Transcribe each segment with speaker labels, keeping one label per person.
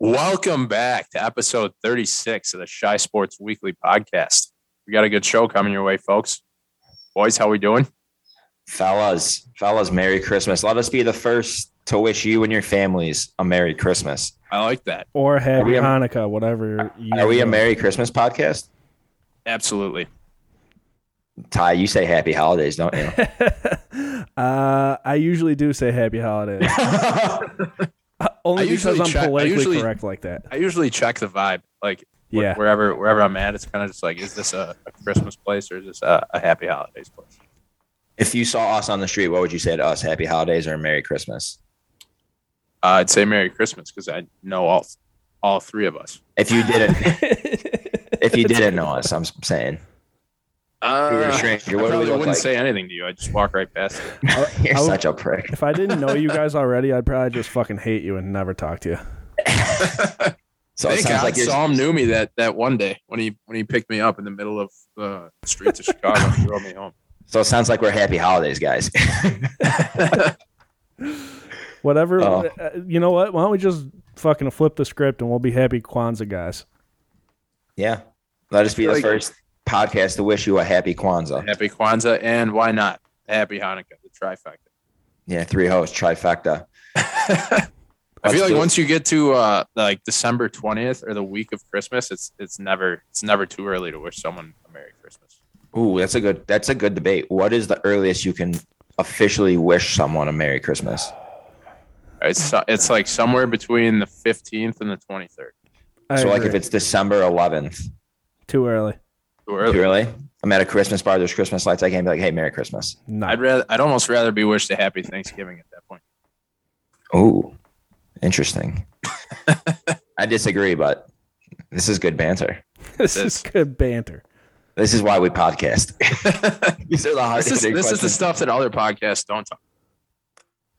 Speaker 1: Welcome back to episode 36 of the Shy Sports Weekly Podcast. We got a good show coming your way, folks. Boys, how we doing?
Speaker 2: Fellas, fellas, Merry Christmas. Let us be the first to wish you and your families a Merry Christmas.
Speaker 1: I like that.
Speaker 3: or Happy
Speaker 2: we a-
Speaker 3: Hanukkah, whatever. You
Speaker 2: Are we a
Speaker 3: do.
Speaker 2: Merry Christmas podcast?
Speaker 1: Absolutely.
Speaker 2: Ty, you say happy holidays, don't you?
Speaker 3: uh, I usually do say Happy Holidays,
Speaker 1: I
Speaker 3: only
Speaker 1: I
Speaker 3: because
Speaker 1: usually
Speaker 3: I'm
Speaker 1: check- I
Speaker 3: politically
Speaker 1: usually-
Speaker 3: correct like that.
Speaker 1: usually check the vibe. Like wh-
Speaker 3: Yeah.
Speaker 1: wherever wherever I'm at, it's kind of just like, is this a, a Christmas place or is this a, a happy holidays place?
Speaker 2: if you saw us on the street, what would you say to us? Happy holidays or Merry Christmas?
Speaker 1: Uh, I'd say Merry Christmas because I know all all three of us.
Speaker 2: If you didn't, if you didn't know us, I'm saying
Speaker 1: Uh,
Speaker 2: If you were a stranger,
Speaker 1: I
Speaker 2: what do we
Speaker 1: probably
Speaker 2: look
Speaker 1: wouldn't
Speaker 2: like?
Speaker 1: say anything to you. I just walk right past you.
Speaker 2: you're
Speaker 3: I would-
Speaker 2: such a prick.
Speaker 3: if I didn't know you guys already, I'd probably just fucking hate you and never talk to you.
Speaker 2: So it
Speaker 1: Thank
Speaker 2: sounds
Speaker 1: God
Speaker 2: like you're
Speaker 1: Psalm knew me that that one day when he when he picked me up in the middle of uh, the streets of Chicago and drove me home.
Speaker 2: so it sounds like we're happy holidays, guys.
Speaker 3: Whatever.
Speaker 2: Oh.
Speaker 3: uh, You know what? Why don't we just fucking flip the script and we'll be happy Kwanzaa guys?
Speaker 2: yeah. Let us be the
Speaker 1: Like-
Speaker 2: first podcast to wish you a happy Kwanzaa.
Speaker 1: Happy Kwanzaa and why not? Happy Hanukkah, the trifecta.
Speaker 2: Yeah, three hosts, trifecta.
Speaker 1: I feel
Speaker 2: Let's
Speaker 1: like
Speaker 2: do it.
Speaker 1: once you get to uh, like December twentieth or the week of Christmas, it's it's never it's never too early to wish someone a Merry Christmas.
Speaker 2: Ooh, that's a good that's a good debate. What is the earliest you can officially wish someone a Merry Christmas?
Speaker 1: It's so- it's like somewhere between the fifteenth and the twenty third.
Speaker 3: I
Speaker 2: so like
Speaker 3: agree.
Speaker 2: if it's December 11th,
Speaker 3: too early,
Speaker 1: Too
Speaker 2: too
Speaker 1: early.
Speaker 2: early. I'm at a Christmas bar. There's Christmas lights. I can't be like, "Hey, Merry Christmas."
Speaker 3: no.
Speaker 1: I'd rather I'd almost rather be wished a happy Thanksgiving at that point.
Speaker 2: Ooh, interesting. I disagree, but this is good banter.
Speaker 3: this
Speaker 1: this.
Speaker 3: is good banter.
Speaker 2: This is why we podcast. These are the hard
Speaker 1: This is this is the
Speaker 2: questions.
Speaker 1: stuff that other podcasts don't talk.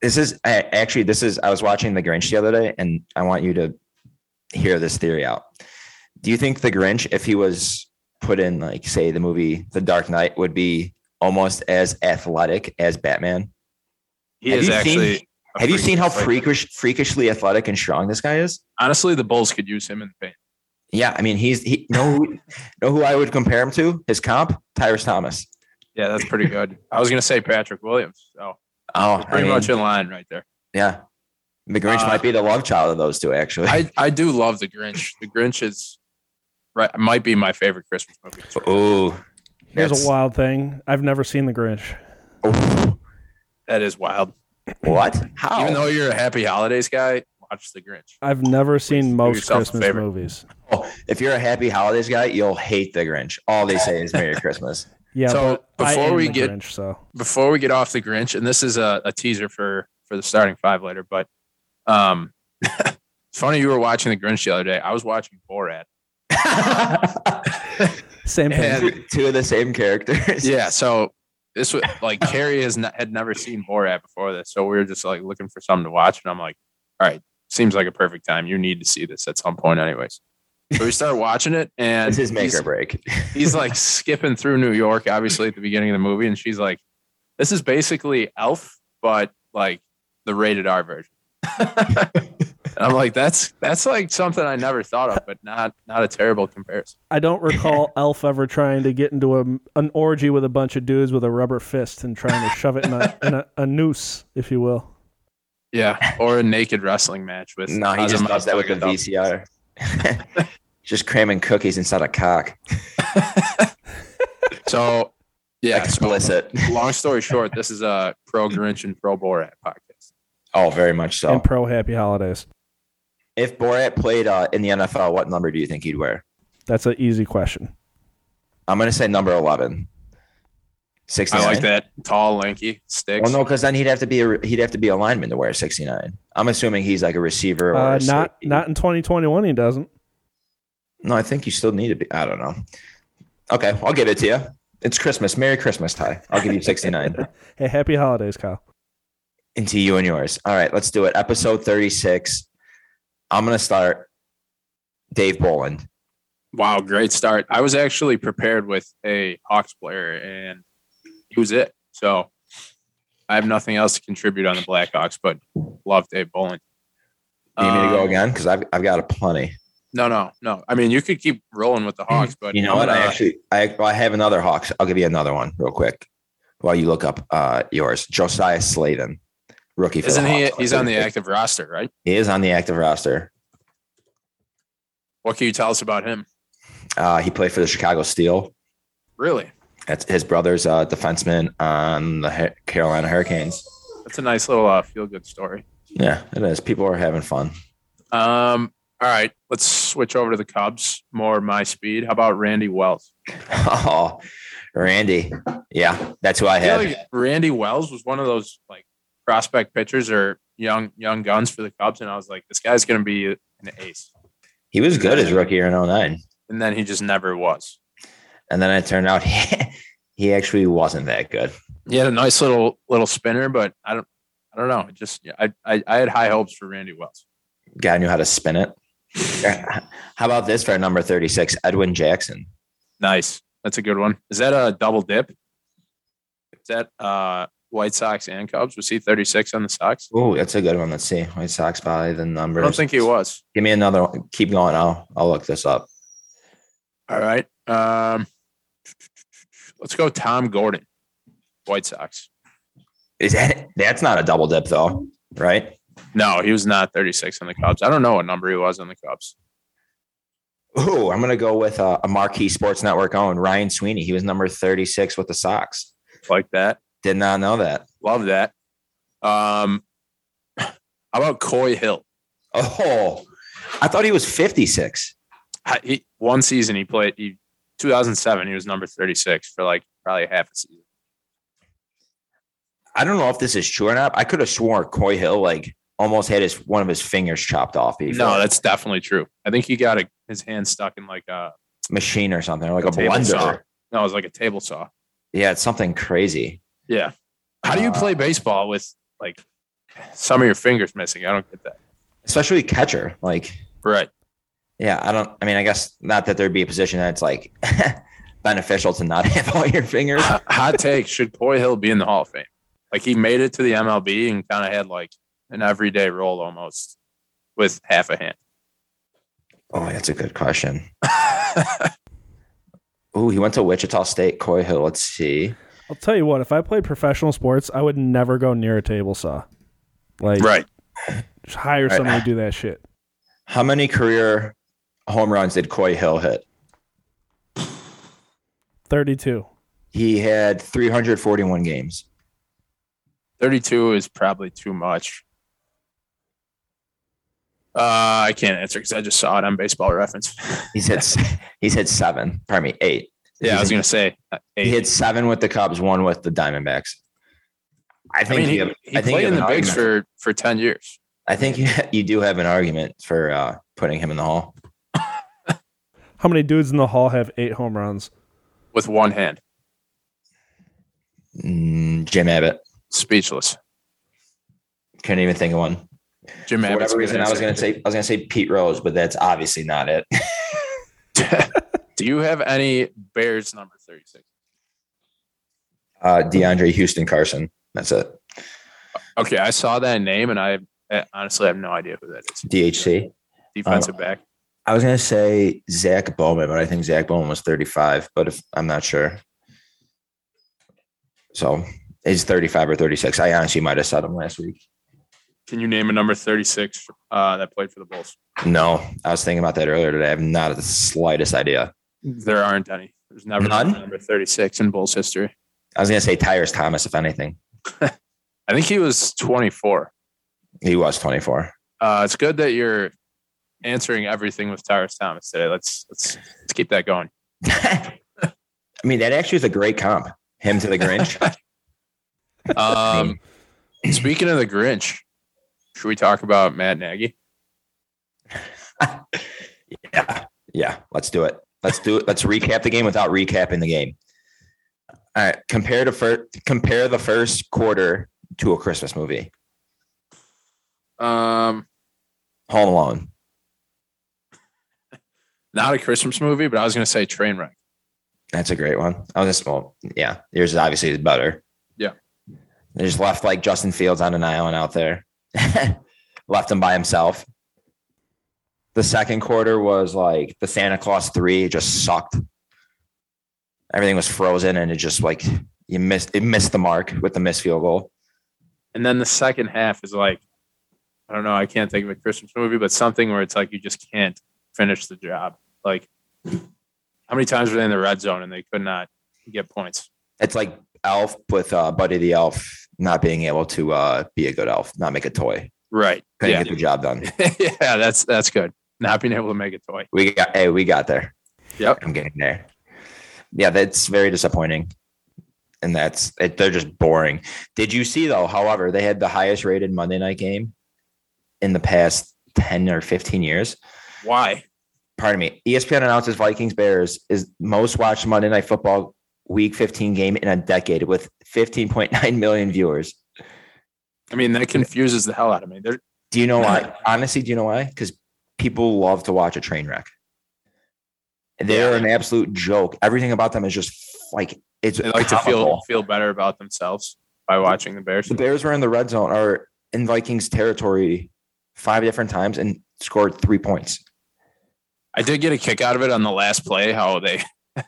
Speaker 2: this is I, actually this is I was watching The Grinch the other day, and I want you to hear this theory out. Do you think The Grinch, if he was put in like say the movie The Dark Knight, would be almost as athletic as Batman?
Speaker 1: He
Speaker 2: Have
Speaker 1: is
Speaker 2: you seen-
Speaker 1: actually. a
Speaker 2: Have you
Speaker 1: freak.
Speaker 2: seen how
Speaker 1: Like,
Speaker 2: freakish, freakishly athletic and strong this guy is?
Speaker 1: Honestly, the Bulls could use him in the paint.
Speaker 2: Yeah, I mean he's he know who, know who I would compare him to? His comp, Tyrus Thomas.
Speaker 1: Yeah, that's pretty good. I was gonna say Patrick Williams. So
Speaker 2: Oh,
Speaker 1: we're
Speaker 2: I
Speaker 1: pretty
Speaker 2: mean,
Speaker 1: much in line right there.
Speaker 2: yeah. The Grinch
Speaker 1: Uh,
Speaker 2: might be the love child of those two, actually.
Speaker 1: I, I do love the Grinch. The Grinch is right might be my favorite Christmas movie.
Speaker 2: oh,
Speaker 3: Here's a wild thing. I've never seen The Grinch.
Speaker 1: That is wild.
Speaker 2: What? How?
Speaker 1: Even though you're a happy holidays guy, watch the Grinch.
Speaker 3: I've never seen most
Speaker 1: yourself a
Speaker 3: Christmas
Speaker 1: favor.
Speaker 3: movies.
Speaker 2: Oh, if you're a happy holidays guy, you'll hate the Grinch. All they say is Merry Christmas.
Speaker 3: Yeah.
Speaker 1: So,
Speaker 3: but I
Speaker 1: before
Speaker 3: am
Speaker 1: we
Speaker 3: The
Speaker 1: get-
Speaker 3: Grinch, so
Speaker 1: Before we get off the Grinch, and this is a, a teaser for for the starting five later, but um it's funny you were watching the Grinch the other day. I was watching Borat.
Speaker 3: same thing.
Speaker 1: And-
Speaker 2: two, two of the same characters.
Speaker 1: Yeah, so this was like Carrie has not, had never seen Borat before this, so we were just like looking for something to watch, and I'm like, all right, seems like a perfect time. You need to see this at some point, anyways. So we started watching it, and
Speaker 2: This is make
Speaker 1: he's,
Speaker 2: or break.
Speaker 1: he's like skipping through New York, obviously at the beginning of the movie, and she's like, "This is basically Elf, but like the rated R version." and I'm like, "That's that's like something I never thought of, but not not a terrible comparison."
Speaker 3: I don't recall Elf ever trying to get into a, an orgy with a bunch of dudes with a rubber fist and trying to shove it in a, in a, a noose, if you will.
Speaker 1: Yeah, or a naked wrestling match with
Speaker 2: No, he just
Speaker 1: Azamat
Speaker 2: does that with the
Speaker 1: Bulgakov.
Speaker 2: VCR. just cramming cookies inside a cock.
Speaker 1: So, yeah. So,
Speaker 2: Explicit.
Speaker 1: long story short, this is a pro Grinch and pro Borat podcast.
Speaker 2: Oh, very much so.
Speaker 3: And pro happy holidays.
Speaker 2: If Borat played uh, in the NFL, what number do you think he'd wear?
Speaker 3: That's an easy question.
Speaker 2: I'm going to say number 11. 69.
Speaker 1: I like that tall, lanky sticks.
Speaker 2: Well, no, because then he'd have to be a, re- he'd have to be a lineman to wear 69. I'm assuming he's like a receiver. Or a
Speaker 3: Uh, not
Speaker 1: e
Speaker 2: safety.
Speaker 3: not in 2021. He doesn't.
Speaker 2: No, I think you still need to be. I don't know. Okay, I'll give it to you. It's Christmas. Merry Christmas, Ty. I'll give you 69.
Speaker 3: Hey, happy holidays, Kyle.
Speaker 2: and to you and yours. All right, let's do it. Episode 36. I'm going to start Dave Boland.
Speaker 1: Wow, great start. I was actually prepared with a Hawks player, and he was it. So, I have nothing else to contribute on the Blackhawks, but love Dave Bowling.
Speaker 2: You need me to go
Speaker 1: Um,
Speaker 2: again? Because I've I've got a plenty.
Speaker 1: No, no, no. I mean, you could keep rolling with the Hawks, but uh,
Speaker 2: You know
Speaker 1: I'm
Speaker 2: what? I
Speaker 1: gonna-
Speaker 2: actually I well, I have another Hawks. I'll give you another one real quick while you look up uh, yours. Josiah Slavin, rookie. For
Speaker 1: isn't
Speaker 2: the
Speaker 1: he?
Speaker 2: Hawks.
Speaker 1: He's on the active roster, right?
Speaker 2: He is on the active roster.
Speaker 1: What can you tell us about him?
Speaker 2: Uh, he played for the Chicago Steel.
Speaker 1: Really,
Speaker 2: That's his brother's uh, defenseman on the Hur- Carolina Hurricanes.
Speaker 1: that's a nice little uh, feel-good story.
Speaker 2: Yeah, it is. People are having fun.
Speaker 1: Um, all right, let's switch over to the Cubs. More my speed. How about Randy Wells?
Speaker 2: Oh, Randy. Yeah, that's who I
Speaker 1: I feel
Speaker 2: had.
Speaker 1: like Randy Wells was one of those like prospect pitchers or young young guns for the Cubs, and I was like, this guy's going to be an ace,
Speaker 2: he was good his rookie year in 09.
Speaker 1: and then he just never was.
Speaker 2: And then it turned out he, he actually wasn't that good.
Speaker 1: He had a nice little little spinner, but I don't. I don't know. It just I, I I had high hopes for Randy Wells.
Speaker 2: Guy knew how to spin it. How about this for number 36, Edwin Jackson?
Speaker 1: Nice. That's a good one. Is that a double dip? Is that uh White Sox and Cubs? Was he 36 on the Sox?
Speaker 2: Oh, that's a good one. Let's see. White Sox probably the number.
Speaker 1: I don't think he was.
Speaker 2: Give me another one. Keep going. I'll, I'll look this up.
Speaker 1: All right. Um let's go Tom Gordon. White Sox.
Speaker 2: Is that that's not a double dip though, right?
Speaker 1: No, he was not 36 on the Cubs. I don't know what number he was on the Cubs.
Speaker 2: Oh, I'm gonna go with uh, a marquee sports network owned Ryan Sweeney. He was number 36 with the Sox.
Speaker 1: Like that.
Speaker 2: Did not know that.
Speaker 1: Love that. Um how about Coy Hill?
Speaker 2: Oh, I thought he was 56.
Speaker 1: I- He, one season he played he 2007 he was number 36 for like probably half a season.
Speaker 2: I don't know if this is true or not. I could have sworn Coy Hill like almost had his one of his fingers chopped off. before.
Speaker 1: No, that's definitely true. I think he got a, his hand stuck in like a
Speaker 2: machine or something, or like a
Speaker 1: Table
Speaker 2: blender.
Speaker 1: saw. no, it was like a table saw.
Speaker 2: Yeah, it's something crazy.
Speaker 1: Yeah. How do you play baseball with like some of your fingers missing? I don't get that.
Speaker 2: Especially catcher. Like,
Speaker 1: Right.
Speaker 2: yeah, I don't I mean, I guess not that there'd be a position that's like beneficial to not have all your fingers.
Speaker 1: Hot hot take: Should Coy Hill be in the Hall of Fame? Like he made it to the MLB and kind of had like an everyday role almost with half a hand.
Speaker 2: Oh, that's a good question. Oh, he went to Wichita State, Coy Hill. Let's see.
Speaker 3: I'll tell you what, if I played professional sports, I would never go near a table saw. Like,
Speaker 1: right.
Speaker 3: just hire
Speaker 2: Right.
Speaker 3: somebody to do that shit.
Speaker 2: How many career home runs did Coy Hill hit?
Speaker 3: 32.
Speaker 2: He had 341 games.
Speaker 1: Thirty-two is probably too much. Uh, I can't answer because I just saw it on Baseball Reference.
Speaker 2: He's hit s- he's hit seven. Pardon me, eight.
Speaker 1: yeah, I was gonna say uh,
Speaker 2: He
Speaker 1: eight.
Speaker 2: hit seven with the Cubs, one with the Diamondbacks. I
Speaker 1: I
Speaker 2: think
Speaker 1: mean, he,
Speaker 2: you have-
Speaker 1: he
Speaker 2: I think
Speaker 1: played
Speaker 2: you have
Speaker 1: in
Speaker 2: an
Speaker 1: the bigs
Speaker 2: argument.
Speaker 1: for for ten years.
Speaker 2: I think you, you do have an argument for uh, putting him in the hall.
Speaker 3: How many dudes in the hall have eight home runs?
Speaker 1: with one hand.
Speaker 2: Mm, Jim Abbott
Speaker 1: Speechless.
Speaker 2: couldn't even think of one.
Speaker 1: Jim
Speaker 2: For
Speaker 1: Abbott's
Speaker 2: whatever
Speaker 1: a good
Speaker 2: reason, I
Speaker 1: answer.
Speaker 2: was gonna say I was gonna say Pete Rose, but that's obviously not it.
Speaker 1: Do you have any Bears number 36?
Speaker 2: Uh, DeAndre Houston Carson. That's it.
Speaker 1: Okay, I saw that name and I I honestly have no idea who that is.
Speaker 2: DHC.
Speaker 1: Defensive back.
Speaker 2: I was gonna say Zach Bowman, but I think Zach Bowman was 35, but if I'm not sure. So is 35 or 36. I honestly might have said him last week.
Speaker 1: Can you name a number 36 uh, that played for the Bulls?
Speaker 2: No, I was thinking about that earlier today. I have not the slightest idea.
Speaker 1: There aren't any. There's never been
Speaker 2: None?
Speaker 1: a number 36 in Bulls history.
Speaker 2: I was gonna say Tyrus Thomas, if anything.
Speaker 1: I think he was 24.
Speaker 2: He was 24.
Speaker 1: Uh, it's good that you're answering everything with Tyrus Thomas today. Let's let's let's keep that going.
Speaker 2: I mean, that actually is a great comp. Him to the Grinch.
Speaker 1: Um, speaking of the Grinch, should we talk about Matt Nagy?
Speaker 2: yeah. Yeah. Let's do it. Let's do it. Let's recap the game without recapping the game. All right. Compare to first compare the first quarter to a Christmas movie.
Speaker 1: Um,
Speaker 2: Home Alone.
Speaker 1: not a Christmas movie, but I was going to say Trainwreck.
Speaker 2: That's a great one. I was just well, yeah. Yours is obviously better.
Speaker 1: Yeah.
Speaker 2: They just left like Justin Fields on an island out there. left him by himself. The second quarter was like the Santa Claus three it just sucked. Everything was frozen, and it just like you missed it missed the mark with the missed field goal.
Speaker 1: And then the second half is like, I don't know, I can't think of a Christmas movie, but something where it's like you just can't finish the job. Like, how many times were they in the red zone and they could not get points?
Speaker 2: It's like Elf with uh, Buddy the Elf not being able to uh, be a good elf, not make a toy,
Speaker 1: Right.
Speaker 2: couldn't
Speaker 1: yeah.
Speaker 2: get the job done.
Speaker 1: yeah, that's that's good. Not being able to make a toy.
Speaker 2: We got hey, we got there.
Speaker 1: Yep.
Speaker 2: I'm getting there. Yeah, that's very disappointing. And that's it, they're just boring. Did you see though, however, they had the highest rated Monday night game in the past 10 or 15 years.
Speaker 1: Why?
Speaker 2: Pardon me. E ESPN announces Vikings Bears is most watched Monday night football week 15 game in a decade with 15.9 million viewers.
Speaker 1: I mean, that confuses the hell out of me. They're,
Speaker 2: Do you know why? Honestly, do you know why? Because people love to watch a train wreck. They're an absolute joke. Everything about them is just like it's
Speaker 1: they like to feel
Speaker 2: comical.
Speaker 1: feel better about themselves by watching the Bears.
Speaker 2: the Bears were in the red zone or in Vikings territory five different times and scored three points.
Speaker 1: I did get a kick out of it on the last play, how they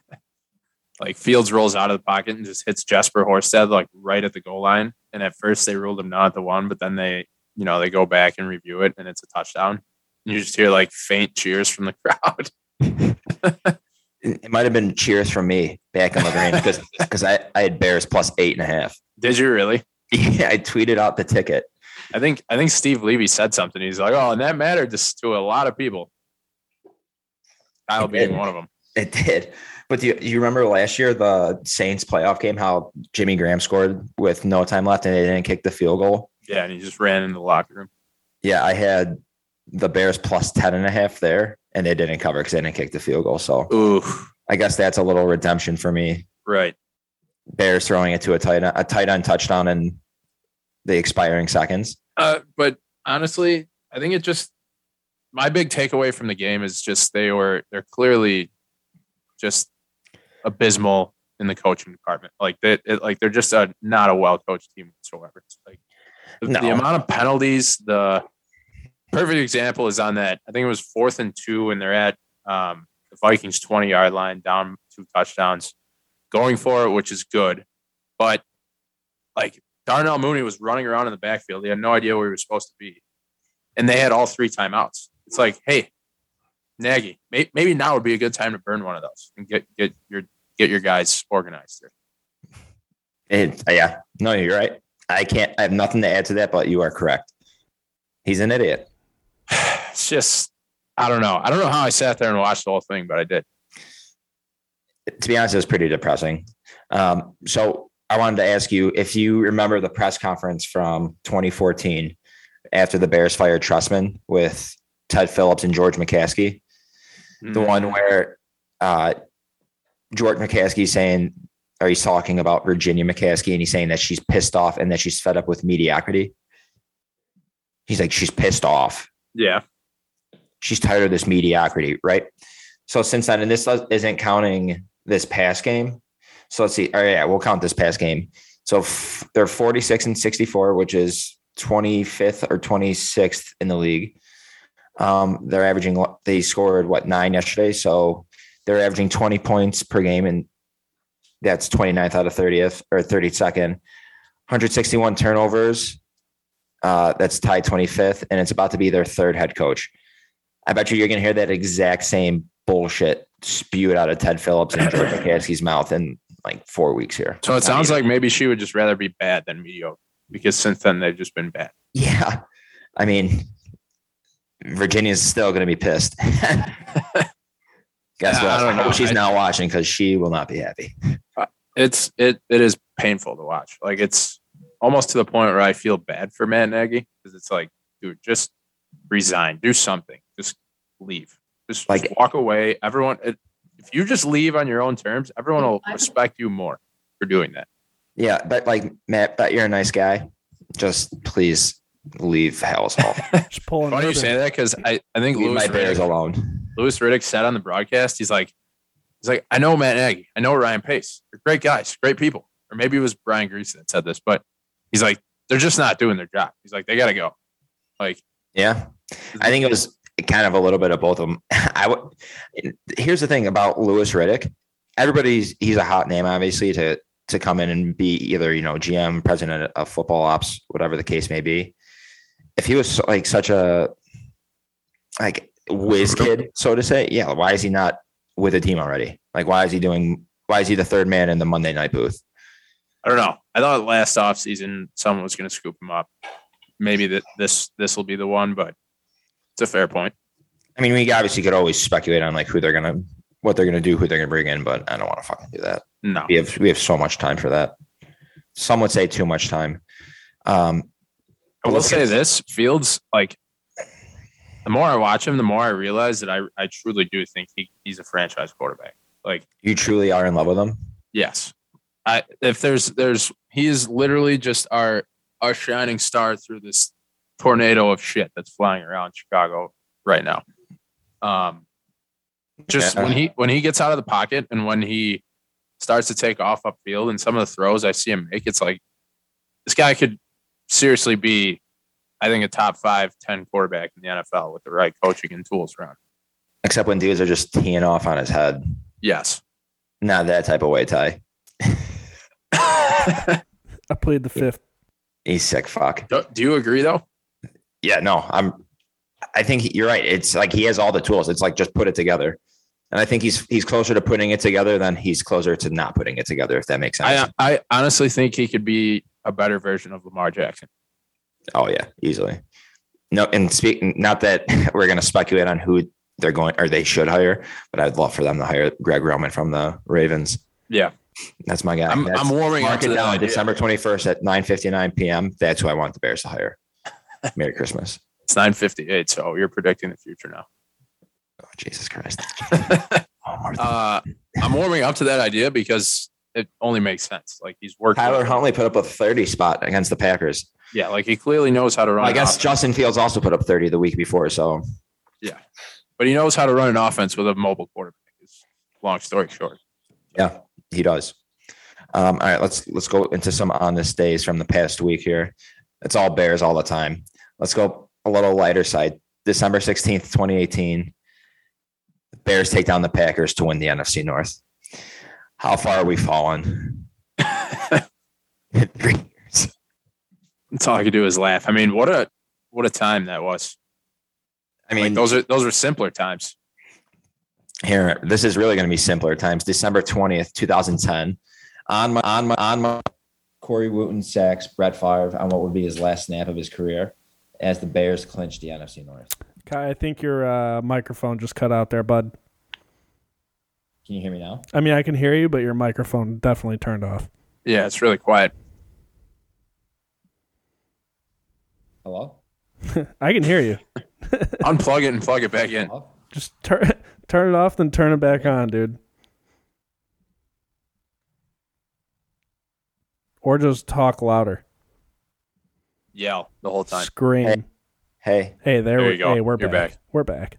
Speaker 1: like Fields rolls out of the pocket and just hits Jesper Horsted like right at the goal line. And at first they ruled him not at the one, but then they, you know, they go back and review it and it's a touchdown. And you just hear like faint cheers from the crowd.
Speaker 2: It it might have been cheers from me back on the green because because I, I had Bears plus eight and a half.
Speaker 1: Did you really?
Speaker 2: Yeah, I tweeted out the ticket.
Speaker 1: I think I think Steve Levy said something. He's like, Oh, and that mattered to, to a lot of people. Kyle
Speaker 2: It
Speaker 1: being
Speaker 2: did.
Speaker 1: one of them.
Speaker 2: It did. But do you, you remember last year the Saints playoff game how Jimmy Graham scored with no time left and they didn't kick the field goal?
Speaker 1: Yeah, and he just ran into the locker room.
Speaker 2: Yeah, I had the Bears plus 10 and a half there and they didn't cover because they didn't kick the field goal. So
Speaker 1: Ooh,
Speaker 2: I guess that's a little redemption for me.
Speaker 1: right.
Speaker 2: Bears throwing it to a tight a tight end touchdown in the expiring seconds.
Speaker 1: Uh, but honestly, I think it just my big takeaway from the game is just they were they're clearly just abysmal in the coaching department. Like they it, like they're just a not a well coached team whatsoever. It's like the,
Speaker 2: No.
Speaker 1: the amount of penalties. The perfect example is on that. I think it was fourth and two, and they're at um, the Vikings twenty yard line, down two touchdowns, going for it, which is good, but like Darnell Mooney was running around in the backfield. He had no idea where he was supposed to be. And they had all three timeouts. It's like, hey, Nagy, may, maybe now would be a good time to burn one of those and get get your get your guys organized here.
Speaker 2: It, yeah, no, you're right. I can't. I have nothing to add to that, but you are correct. He's an idiot.
Speaker 1: It's just I don't know. I don't know how I sat there and watched the whole thing, but I did.
Speaker 2: To be honest, it was pretty depressing. Um, so I wanted to ask you if you remember the press conference from 2014 after the Bears fired Trustman with Ted Phillips and George McCaskey. the
Speaker 1: Mm-hmm.
Speaker 2: one where uh, George McCaskey's saying, or he's talking about Virginia McCaskey, and he's saying that she's pissed off and that she's fed up with mediocrity. He's like, she's pissed off.
Speaker 1: Yeah.
Speaker 2: She's tired of this mediocrity, right? So since then, and this does- isn't counting this past game. So let's see. Oh yeah, we'll count this past game. So f- they're 46 and 64, which is 25th or 26th in the league. Um, they're averaging what- they scored what nine yesterday, so they're averaging 20 points per game, and that's 29th out of 30th or 32nd. 161 turnovers. Uh, that's tied 25th, and it's about to be their third head coach. I bet you you're going to hear that exact same bullshit spewed out of Ted Phillips and George McCaskey's mouth in like four weeks here.
Speaker 1: So it
Speaker 2: I mean,
Speaker 1: sounds like maybe she would just rather be bad than mediocre because since then they've just been bad.
Speaker 2: Yeah. I mean, Virginia's still going to be pissed. Guess
Speaker 1: Yeah, I
Speaker 2: what?
Speaker 1: don't
Speaker 2: I hope
Speaker 1: know.
Speaker 2: she's
Speaker 1: I-
Speaker 2: not watching because she will not be happy.
Speaker 1: it's it it is painful to watch. Like it's almost to the point where I feel bad for Matt Nagy because it's like, dude, just resign, do something, just leave, just,
Speaker 2: Like-
Speaker 1: just walk away. Everyone, it, if you just leave on your own terms, everyone will respect you more for doing that.
Speaker 2: Yeah, but like Matt, bet you're a nice guy. Just please leave Hell's Hall.
Speaker 3: Just pulling.
Speaker 2: Oh,
Speaker 1: Why do you
Speaker 3: her
Speaker 1: say
Speaker 3: in.
Speaker 1: that? Because I I think
Speaker 2: leave
Speaker 1: Louis
Speaker 2: my bears
Speaker 1: Riddick,
Speaker 2: alone.
Speaker 1: Louis Riddick said on the broadcast, he's like, he's like, I know Matt Nagy, I know Ryan Pace, they're great guys, great people, or maybe it was Brian Grease that said this, but he's like, they're just not doing their job. He's like, they got to go. Like
Speaker 2: Yeah. I think it was kind of a little bit of both of them. I would. Here's the thing about Lewis Riddick. Everybody's he's a hot name, obviously, to to come in and be either you know GM, president of football ops, whatever the case may be. If he was so- like such a like whiz kid, so to say, yeah, why is he not with a team already? Like, why is he doing? Why is he the third man in the Monday night booth?
Speaker 1: I don't know. I thought last offseason someone was going to scoop him up. Maybe that this this will be the one, but it's a fair point.
Speaker 2: I mean, we obviously could always speculate on like who they're gonna, what they're gonna do, who they're gonna bring in, but I don't want to fucking do that.
Speaker 1: No,
Speaker 2: We have we have so much time for that. Some would say too much time. Um,
Speaker 1: I will say this: Fields, like the more I watch him, the more I realize that I I truly do think he, he's a franchise quarterback. Like,
Speaker 2: you truly are in love with them.
Speaker 1: yes, I if there's there's he is literally just our our shining star through this tornado of shit that's flying around Chicago right now. Um, just
Speaker 2: Yeah.
Speaker 1: when he when he gets out of the pocket and when he starts to take off upfield and some of the throws I see him make, it's like this guy could seriously be, I think, a top five, 10 quarterback in the NFL with the right coaching and tools around.
Speaker 2: Except when dudes are just teeing off on his head.
Speaker 1: Yes.
Speaker 2: Not that type of way, Ty.
Speaker 3: I played the fifth.
Speaker 2: He's sick. Fuck.
Speaker 1: do, do you agree though?
Speaker 2: Yeah. No. I'm. I think he- you're right. It's like he has all the tools. It's like just put it together. And I think he's he's closer to putting it together than he's closer to not putting it together. If that makes sense.
Speaker 1: I I honestly think he could be a better version of Lamar Jackson.
Speaker 2: Oh yeah, easily. No, and speaking not that we're going to speculate on who they're going or they should hire, but I'd love for them to hire Greg Roman from the Ravens.
Speaker 1: Yeah.
Speaker 2: That's my guy.
Speaker 1: I'm,
Speaker 2: That's-
Speaker 1: I'm warming up
Speaker 2: mark
Speaker 1: to
Speaker 2: it
Speaker 1: that
Speaker 2: down
Speaker 1: idea.
Speaker 2: December 21st at 9:59 p.m. That's who I want the Bears to hire. Merry Christmas.
Speaker 1: It's 958, so you're predicting the future now.
Speaker 2: Oh, Jesus Christ. Oh, Martha.
Speaker 1: Uh, I'm warming up to that idea because it only makes sense. Like he's worked
Speaker 2: Tyler
Speaker 1: with-
Speaker 2: Huntley put up a 30 spot against the Packers.
Speaker 1: Yeah, like he clearly knows how to run.
Speaker 2: I
Speaker 1: an
Speaker 2: guess
Speaker 1: offense,
Speaker 2: Justin Fields also put up 30 the week before, so
Speaker 1: but he knows how to run an offense with a mobile quarterback. Is long story short.
Speaker 2: He does. Um, all right, let's let's go into some on this days from the past week here. It's all Bears all the time. Let's go a little lighter side. December sixteenth, twenty eighteen. The Bears take down the Packers to win the NFC North. How far are we fallen? Three years.
Speaker 1: That's all I could do is laugh. I mean, what a what a time that was.
Speaker 2: I
Speaker 1: Like
Speaker 2: mean,
Speaker 1: those are those were simpler times.
Speaker 2: here this is really going to be simpler times. December twentieth, two thousand ten. On my on my on my Corey Wooten sacks Brett Favre on what would be his last snap of his career as the Bears clinch the NFC North.
Speaker 3: Kai, I think your uh, microphone just cut out there, bud.
Speaker 2: Can you hear me now?
Speaker 3: I mean, I can hear you, but your microphone definitely turned off.
Speaker 1: Yeah, it's really quiet.
Speaker 2: Hello?
Speaker 3: I can hear you.
Speaker 1: Unplug it and plug it back in.
Speaker 2: Hello?
Speaker 3: Just turn turn it off, then turn it back on, dude. Or just talk louder.
Speaker 1: Yell the whole time.
Speaker 3: Scream. Hey,
Speaker 2: Hey. Hey,
Speaker 3: there,
Speaker 1: There
Speaker 3: we
Speaker 1: you go.
Speaker 3: Hey, we're
Speaker 1: You're
Speaker 3: back.
Speaker 1: back.
Speaker 3: We're back.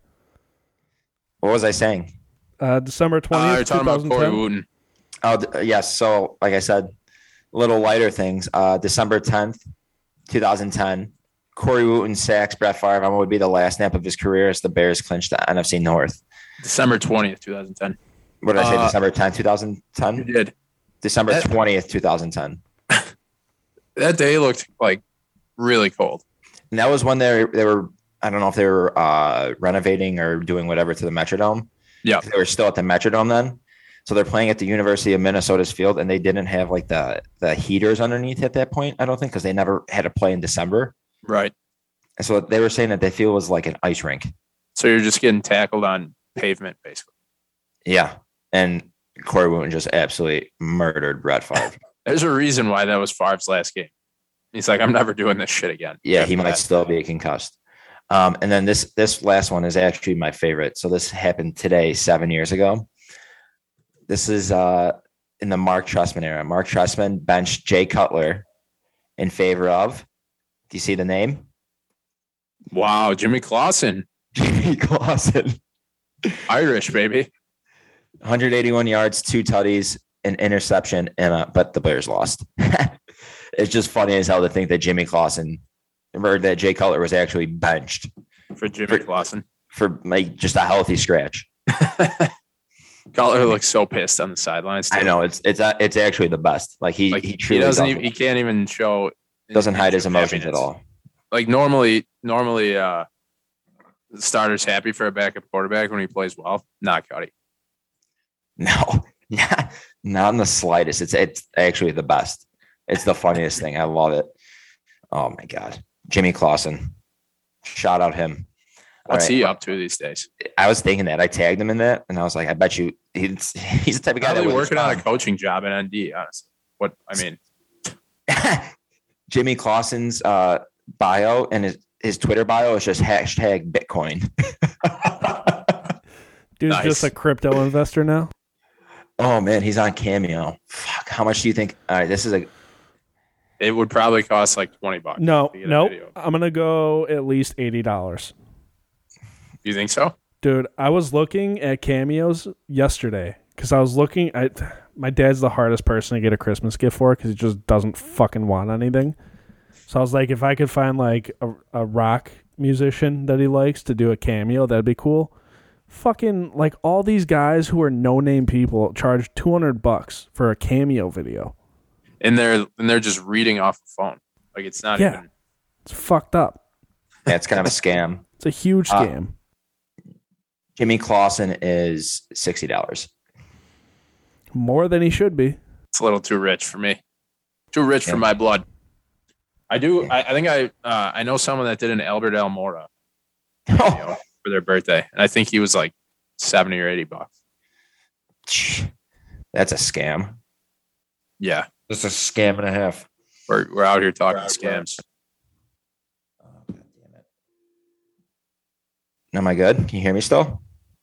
Speaker 2: what was I saying?
Speaker 3: Uh, December
Speaker 1: Uh, you're
Speaker 3: twentieth, two
Speaker 1: talking about
Speaker 3: thousand
Speaker 1: Corey
Speaker 3: ten.
Speaker 1: Wooten.
Speaker 2: Oh, th- yes. So, like I said, little lighter things. Uh, December 10th, 2010, Corey Wooten sacks Brett Favre on what would be the last snap of his career as the Bears clinched the NFC North.
Speaker 1: December twentieth, two thousand ten.
Speaker 2: What did I say?
Speaker 1: Uh,
Speaker 2: December 10th,
Speaker 1: You
Speaker 2: 2010?
Speaker 1: did.
Speaker 2: December
Speaker 1: that-
Speaker 2: 20th, 2010.
Speaker 1: That day looked like really cold.
Speaker 2: And that was when they they were I don't know if they were uh, renovating or doing whatever to the Metrodome.
Speaker 1: Yeah.
Speaker 2: they were still at the Metrodome then. So they're playing at the University of Minnesota's field, and they didn't have like the the heaters underneath at that point. I don't think because they never had a play in December,
Speaker 1: Right.
Speaker 2: and so they were saying that they feel was like an ice rink.
Speaker 1: So you're just getting tackled on pavement, basically.
Speaker 2: Yeah, and Corey Wooten just absolutely murdered Brett Favre.
Speaker 1: There's a reason why that was Favre's last game. He's like, I'm never doing this shit again.
Speaker 2: yeah, he
Speaker 1: After
Speaker 2: might
Speaker 1: that.
Speaker 2: still be concussed. Um, and then this this last one is actually my favorite. So this happened today, seven years ago. This is uh, in the Mark Trussman era. Mark Trussman benched Jay Cutler in favor of. Do you see the name?
Speaker 1: Wow, Jimmy Clausen,
Speaker 2: Jimmy Clausen.
Speaker 1: Irish baby.
Speaker 2: 181 yards, two tutties, an interception, and uh, but the Bears lost. it's just funny as hell to think that Jimmy Clausen, or that Jay Cutler was actually benched
Speaker 1: for Jimmy
Speaker 2: For-
Speaker 1: Clausen.
Speaker 2: for like just a healthy scratch.
Speaker 1: Collar looks so pissed on the sidelines.
Speaker 2: I
Speaker 1: too.
Speaker 2: know it's it's uh, it's actually the best. Like he
Speaker 1: Like
Speaker 2: he
Speaker 1: he,
Speaker 2: truly
Speaker 1: doesn't.
Speaker 2: doesn't
Speaker 1: Even, he can't even show.
Speaker 2: doesn't hide his emotions at
Speaker 1: happiness.
Speaker 2: all.
Speaker 1: Like normally, normally, uh, the starter's happy for a backup quarterback when he plays well. Not Cody.
Speaker 2: No, not, not in the slightest. It's it's actually the best. It's the funniest thing. I love it. Oh my god, Jimmy Clausen, shout out him. All
Speaker 1: What's
Speaker 2: right.
Speaker 1: he up to these days?
Speaker 2: I was thinking that I tagged him in that, and I was like, I bet you he's he's the type of guy
Speaker 1: Probably
Speaker 2: that uh,
Speaker 1: working on a
Speaker 2: a.
Speaker 1: coaching job at ND. Honestly, what I mean,
Speaker 2: Jimmy Clausen's uh, bio and his, his Twitter bio is just hashtag Bitcoin.
Speaker 3: Dude's
Speaker 1: Nice.
Speaker 3: just a crypto investor now.
Speaker 2: Oh man, he's on Cameo. Fuck, how much do you think? All right, this is a
Speaker 1: it would probably cost like twenty bucks.
Speaker 3: No,
Speaker 1: to get a
Speaker 3: no,
Speaker 1: video.
Speaker 3: I'm gonna go at least eighty dollars,
Speaker 1: You think so?
Speaker 3: dude. I was looking at cameos yesterday because I was looking. I my dad's the hardest person to get a Christmas gift for because he just doesn't fucking want anything. So I was like, if I could find like a, a rock musician that he likes to do a cameo, that'd be cool. Fucking like all these guys who are no name people charge two hundred bucks for a cameo video.
Speaker 1: And they're and they're just reading off the phone. Like it's not
Speaker 3: Yeah.
Speaker 1: even.
Speaker 3: It's fucked up.
Speaker 2: that's kind of a scam.
Speaker 3: It's a huge
Speaker 2: Uh,
Speaker 3: scam.
Speaker 2: Jimmy Clausen is sixty dollars.
Speaker 3: More than he should be.
Speaker 1: it's a little too rich for me. Too rich
Speaker 2: Yeah.
Speaker 1: for my blood. I do.
Speaker 2: Yeah.
Speaker 1: I, I think I uh, I know someone that did an Albert Almora you
Speaker 2: Oh,
Speaker 1: know, for their birthday, and I think he was like seventy or eighty bucks.
Speaker 2: gee, that's a scam.
Speaker 1: Yeah,
Speaker 2: That's a scam and a half.
Speaker 1: we're we're out here talking
Speaker 2: Right,
Speaker 1: scams.
Speaker 2: Oh, God damn it. Am I good? Can you hear me still?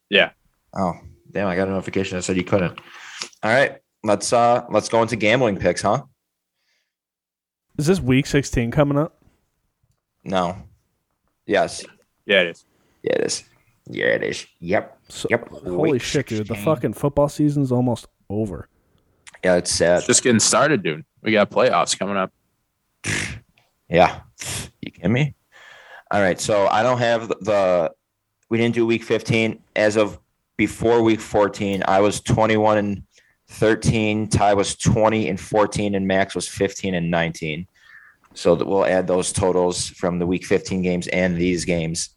Speaker 1: Yeah.
Speaker 2: Oh, damn, I got a notification that said you couldn't. All right. Let's uh let's go into gambling picks, huh?
Speaker 3: Is this week 16 coming up?
Speaker 2: No. Yes.
Speaker 1: Yeah, it is.
Speaker 2: Yeah, it is. Yeah, it is. Yep.
Speaker 3: So,
Speaker 2: Yep.
Speaker 3: Holy
Speaker 2: Week
Speaker 3: shit, dude. The
Speaker 2: 16.
Speaker 3: fucking football season's almost over.
Speaker 2: Yeah, it's sad.
Speaker 1: It's just getting started, dude. We got playoffs coming up.
Speaker 2: Yeah. You kidding me? All right. So I don't have the, the we didn't do week 15. As of before week 14, I was 21 and 13. Ty was 20 and 14, and Max was 15 and 19. So that we'll add those totals from the week 15 games and these games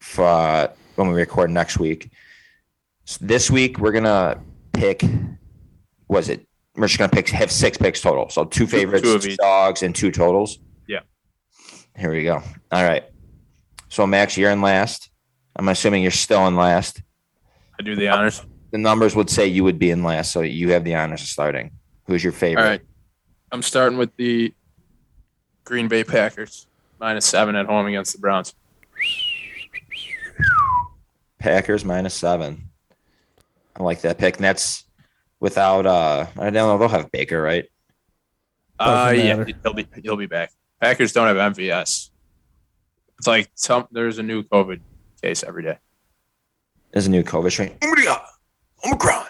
Speaker 2: for uh, when we record next week. So this week we're gonna pick. Was it? We're just gonna pick have six picks total. So two favorites,
Speaker 1: two of
Speaker 2: two
Speaker 1: each.
Speaker 2: dogs, and two totals.
Speaker 1: Yeah.
Speaker 2: Here we go. All right. So Max, you're in last. I'm assuming you're still in last.
Speaker 1: I do the honors.
Speaker 2: The numbers would say you would be in last, so you have the honors of starting. Who's your favorite?
Speaker 1: All right, I'm starting with the Green Bay Packers minus seven at home against the Browns.
Speaker 2: Packers minus seven. I like that pick. And that's without uh I don't know, they'll have Baker, right?
Speaker 1: Uh,
Speaker 3: Doesn't
Speaker 1: yeah,
Speaker 3: matter.
Speaker 1: he'll be he'll be back. Packers don't have MVS. It's like some there's a new COVID case every day.
Speaker 2: There's a new COVID strain. Omicron. Omicron.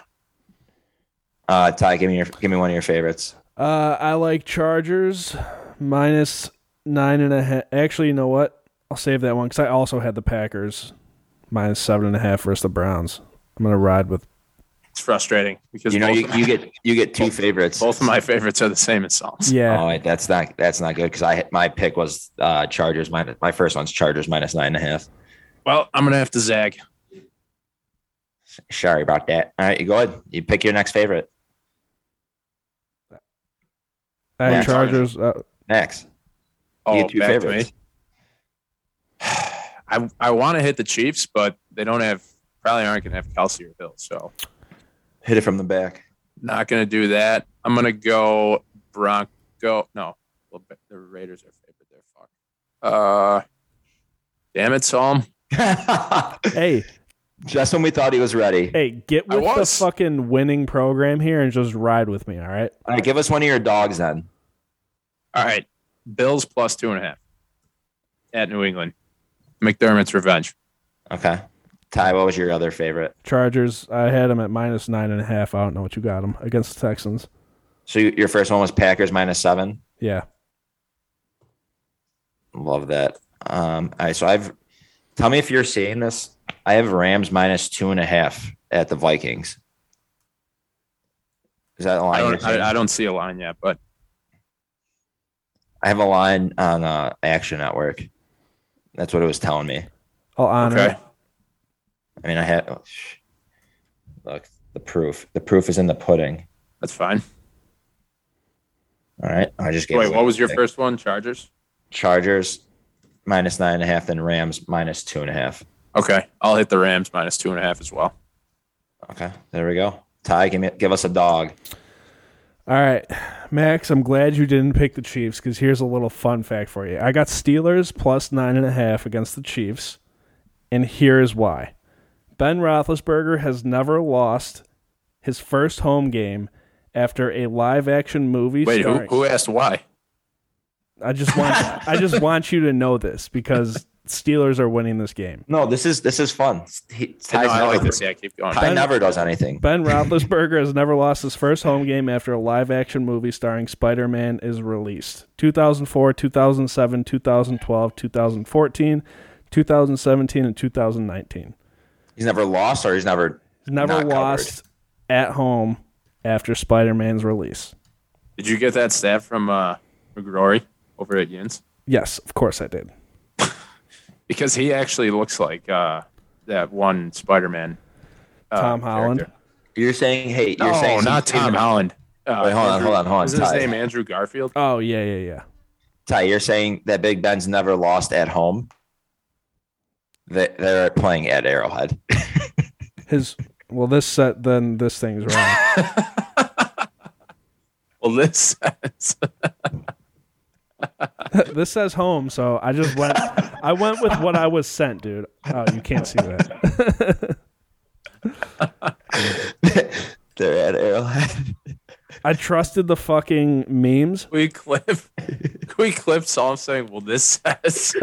Speaker 2: Uh Ty, give me your give me one of your favorites.
Speaker 3: Uh, I like Chargers minus nine and a half. Actually, you know what? I'll save that one because I also had the Packers minus seven and a half versus the Browns. I'm going to ride with.
Speaker 1: It's frustrating because
Speaker 2: You know
Speaker 1: both,
Speaker 2: you,
Speaker 1: of my,
Speaker 2: you get you get two favorites.
Speaker 1: both of my favorites are the same as Saul's.
Speaker 3: Yeah.
Speaker 2: All right, that's not that's not good because I my pick was uh Chargers minus my first one's Chargers minus nine and a half.
Speaker 1: Well, I'm gonna have to zag.
Speaker 2: Sorry about that. All right, you go ahead. You pick your next favorite.
Speaker 3: I had
Speaker 2: Yeah.
Speaker 3: Chargers. Uh,
Speaker 2: Next.
Speaker 1: Oh,
Speaker 2: you get two
Speaker 1: back to
Speaker 2: favorites.
Speaker 1: me. I I want to hit the Chiefs, but they don't have probably aren't gonna have Kelsey or Hill, so
Speaker 2: Hit it from the back.
Speaker 1: not gonna do that. I'm gonna go Bronco. No, well, the Raiders are favorite. They're fucked. Uh, damn it, Psalm.
Speaker 3: hey,
Speaker 2: Just when we thought he was ready.
Speaker 3: hey, get
Speaker 1: I
Speaker 3: with the
Speaker 1: was.
Speaker 3: fucking winning program here and just ride with me, all right?
Speaker 2: All right, give us one of your dogs then.
Speaker 1: All right. Bills plus two and a half at New England. McDermott's revenge.
Speaker 2: Okay. Ty, what was your other favorite?
Speaker 3: Chargers, I had them at minus nine and a half. I don't know what you got them against the Texans.
Speaker 2: So you, your first one was Packers minus seven.
Speaker 3: Yeah.
Speaker 2: Love that. Um, all right, so I've tell me if you're seeing this I have Rams minus two and a half at the Vikings. Is that a line?
Speaker 1: I
Speaker 2: you're
Speaker 1: don't,
Speaker 2: saying?
Speaker 1: I, I don't see a line yet, but
Speaker 2: I have a line on uh, Action Network. That's what it was telling me.
Speaker 3: I'll honor.
Speaker 1: okay.
Speaker 3: it.
Speaker 2: I mean, I had oh, sh- look the proof. The proof is in the pudding.
Speaker 1: That's fine.
Speaker 2: All right, I just gave
Speaker 1: Wait,
Speaker 2: away
Speaker 1: what was
Speaker 2: the
Speaker 1: your
Speaker 2: pick.
Speaker 1: first one? Chargers?
Speaker 2: Chargers minus nine and a half, then Rams minus two and a half.
Speaker 1: Okay. I'll hit the Rams minus two and a half as well.
Speaker 2: Okay, there we go. Ty, give me, give us a dog.
Speaker 3: All right, Max. I'm glad you didn't pick the Chiefs because here's a little fun fact for you. I got Steelers plus nine and a half against the Chiefs, and here is why: Ben Roethlisberger has never lost his first home game after a live-action movie.
Speaker 1: Wait, who,
Speaker 3: starring-
Speaker 1: who asked why?
Speaker 3: I just want I just want you to know this because Steelers are winning this game.
Speaker 2: No, this is this is fun. He,
Speaker 1: No,
Speaker 2: Ty's
Speaker 1: I like
Speaker 2: never-
Speaker 1: this. Yeah, keep going.
Speaker 2: Ty never does anything.
Speaker 3: Ben Roethlisberger has never lost his first home game after a live action movie starring Spider Man is released. 2004, 2007, 2012, 2014, 2017, and 2019.
Speaker 2: He's never lost or he's never
Speaker 3: He's never
Speaker 2: Not
Speaker 3: lost at home after Spider Man's release.
Speaker 1: Did you get that stat from uh, McGrory over at Yin's?
Speaker 3: Yes, of course I did.
Speaker 1: Because he actually looks like uh, that one Spider Man. Uh,
Speaker 3: Tom Holland.
Speaker 1: character.
Speaker 2: You're saying, hey, you're
Speaker 1: no,
Speaker 2: saying
Speaker 1: not Tom Holland. Uh,
Speaker 2: Wait, hold on, hold on, hold on,
Speaker 1: Isn't his
Speaker 2: Ty.
Speaker 1: name Andrew Garfield?
Speaker 3: Oh, yeah, yeah, yeah.
Speaker 2: Ty, you're saying that Big Ben's never lost at home. They, they're playing at Arrowhead.
Speaker 3: His. Well, this set, then this thing's wrong.
Speaker 1: Well, this says
Speaker 3: this says home, so I just went. I went with what I was sent, dude. Oh, you can't see that.
Speaker 2: they're at Arrowhead.
Speaker 3: I trusted the fucking memes.
Speaker 1: we clip. we clip Psalm saying, "Well, this says."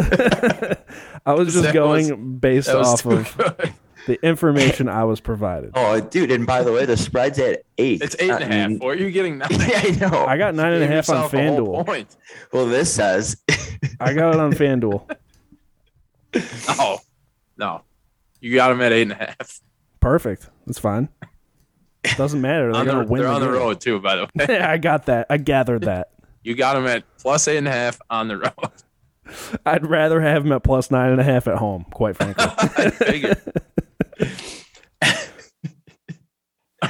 Speaker 3: I was just
Speaker 1: That
Speaker 3: going based
Speaker 1: That was
Speaker 3: off
Speaker 1: too
Speaker 3: of
Speaker 1: good.
Speaker 3: the information I was provided.
Speaker 2: Oh, dude! And by the way, the spread's at eight. Uh,
Speaker 1: It's eight and a half. What are you getting now?
Speaker 2: yeah, I know.
Speaker 3: I got nine and a
Speaker 1: Gave
Speaker 3: half on
Speaker 1: yourself a whole
Speaker 3: FanDuel.
Speaker 1: Point.
Speaker 2: well, this says
Speaker 3: I got it on FanDuel.
Speaker 1: No, no, you got them at eight and a half.
Speaker 3: Perfect. That's fine. Doesn't matter. They're
Speaker 1: On
Speaker 3: gonna
Speaker 1: the,
Speaker 3: win.
Speaker 1: they're on the
Speaker 3: game.
Speaker 1: road too, by the way.
Speaker 3: I got that. I gathered that.
Speaker 1: You got them at plus eight and a half on the road.
Speaker 3: I'd rather have him at plus nine and a half at home. Quite frankly.
Speaker 1: I figured.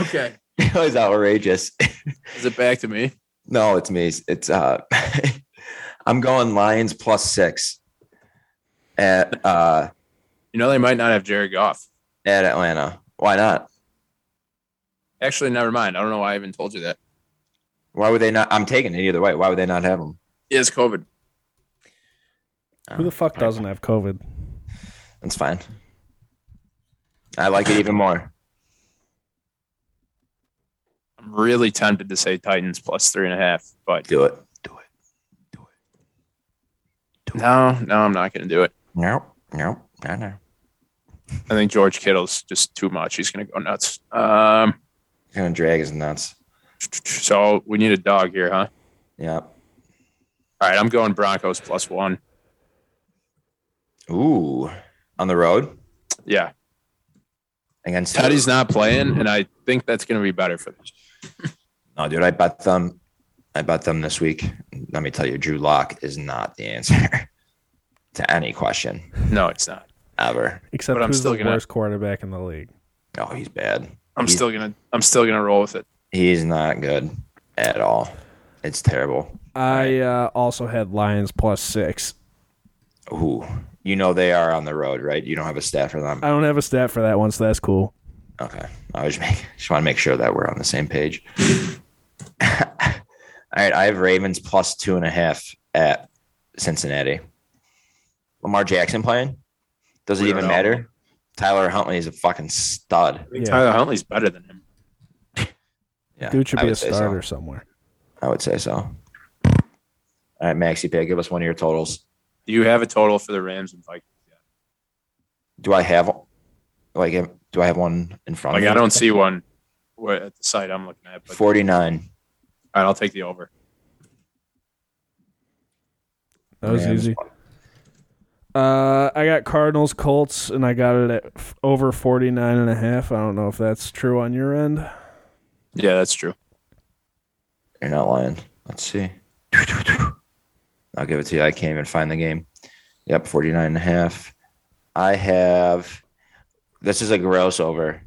Speaker 1: okay,
Speaker 2: it was outrageous.
Speaker 1: is it back to me?
Speaker 2: no, it's me. It's uh, I'm going Lions plus six at uh
Speaker 1: You know they might not have Jared Goff.
Speaker 2: at Atlanta. Why not?
Speaker 1: Actually, never mind. I don't know why I even told you that.
Speaker 2: Why would they not? I'm taking it either way. Why would they not have them?
Speaker 1: He has COVID.
Speaker 3: Who the fuck doesn't have COVID?
Speaker 2: That's fine. I like it even more.
Speaker 1: I'm really tempted to say Titans plus three and a half, but
Speaker 2: Do it. Do it.
Speaker 1: no, no, I'm not going to do it.
Speaker 2: No, no, no, no.
Speaker 1: I think George Kittle's just too much. He's going to go nuts. Um,
Speaker 2: It's gonna drag his nuts.
Speaker 1: so we need a dog here, huh?
Speaker 2: Yep.
Speaker 1: All right, I'm going Broncos plus one.
Speaker 2: Ooh, on the road
Speaker 1: Yeah,
Speaker 2: against
Speaker 1: Teddy's not playing, and I think that's going to be better for them.
Speaker 2: No, dude, I bet them. I bet them this week. Let me tell you, Drew Lock is not the answer to any question
Speaker 1: No, it's not.
Speaker 2: ever.
Speaker 3: Except
Speaker 1: But I'm
Speaker 3: who's
Speaker 1: still
Speaker 3: the
Speaker 1: gonna-
Speaker 3: worst quarterback in the league?
Speaker 2: Oh, he's bad.
Speaker 1: I'm
Speaker 2: He's-
Speaker 1: still gonna I'm still gonna roll with it.
Speaker 2: He's not good at all. It's terrible.
Speaker 3: I uh, also had Lions plus six.
Speaker 2: Ooh, you know they are on the road, right? You don't have a stat for them.
Speaker 3: I don't have a stat for that one, so that's cool.
Speaker 2: Okay, I was make, just want to make sure that we're on the same page. all right, I have Ravens plus two and a half at Cincinnati. Lamar Jackson playing? Does it
Speaker 1: We don't
Speaker 2: even
Speaker 1: know.
Speaker 2: matter? Tyler Huntley is a fucking stud.
Speaker 1: I think
Speaker 3: Yeah.
Speaker 1: Tyler Huntley's better than him.
Speaker 2: Yeah,
Speaker 3: Dude should
Speaker 2: I
Speaker 3: be a
Speaker 2: would say so.
Speaker 3: starter somewhere.
Speaker 2: I would say so. All right, Maxi Pay, give us one of your totals.
Speaker 1: Do you have a total for the Rams and Vikings? yet?
Speaker 2: Do I have like do I have one in front
Speaker 1: Like
Speaker 2: of
Speaker 1: I
Speaker 2: me?
Speaker 1: don't see one where- at the site I'm looking at. But all
Speaker 2: 49.
Speaker 1: right, I'll take the over.
Speaker 3: That was
Speaker 2: Rams.
Speaker 3: easy. Uh, I got Cardinals, Colts, and I got it at f- over 49 and a half. I don't know if that's true on your end.
Speaker 1: Yeah, that's true.
Speaker 2: You're not lying. Let's see. I'll give it to you. I can't even find the game. Yep, 49 and a half. I have this is a gross over.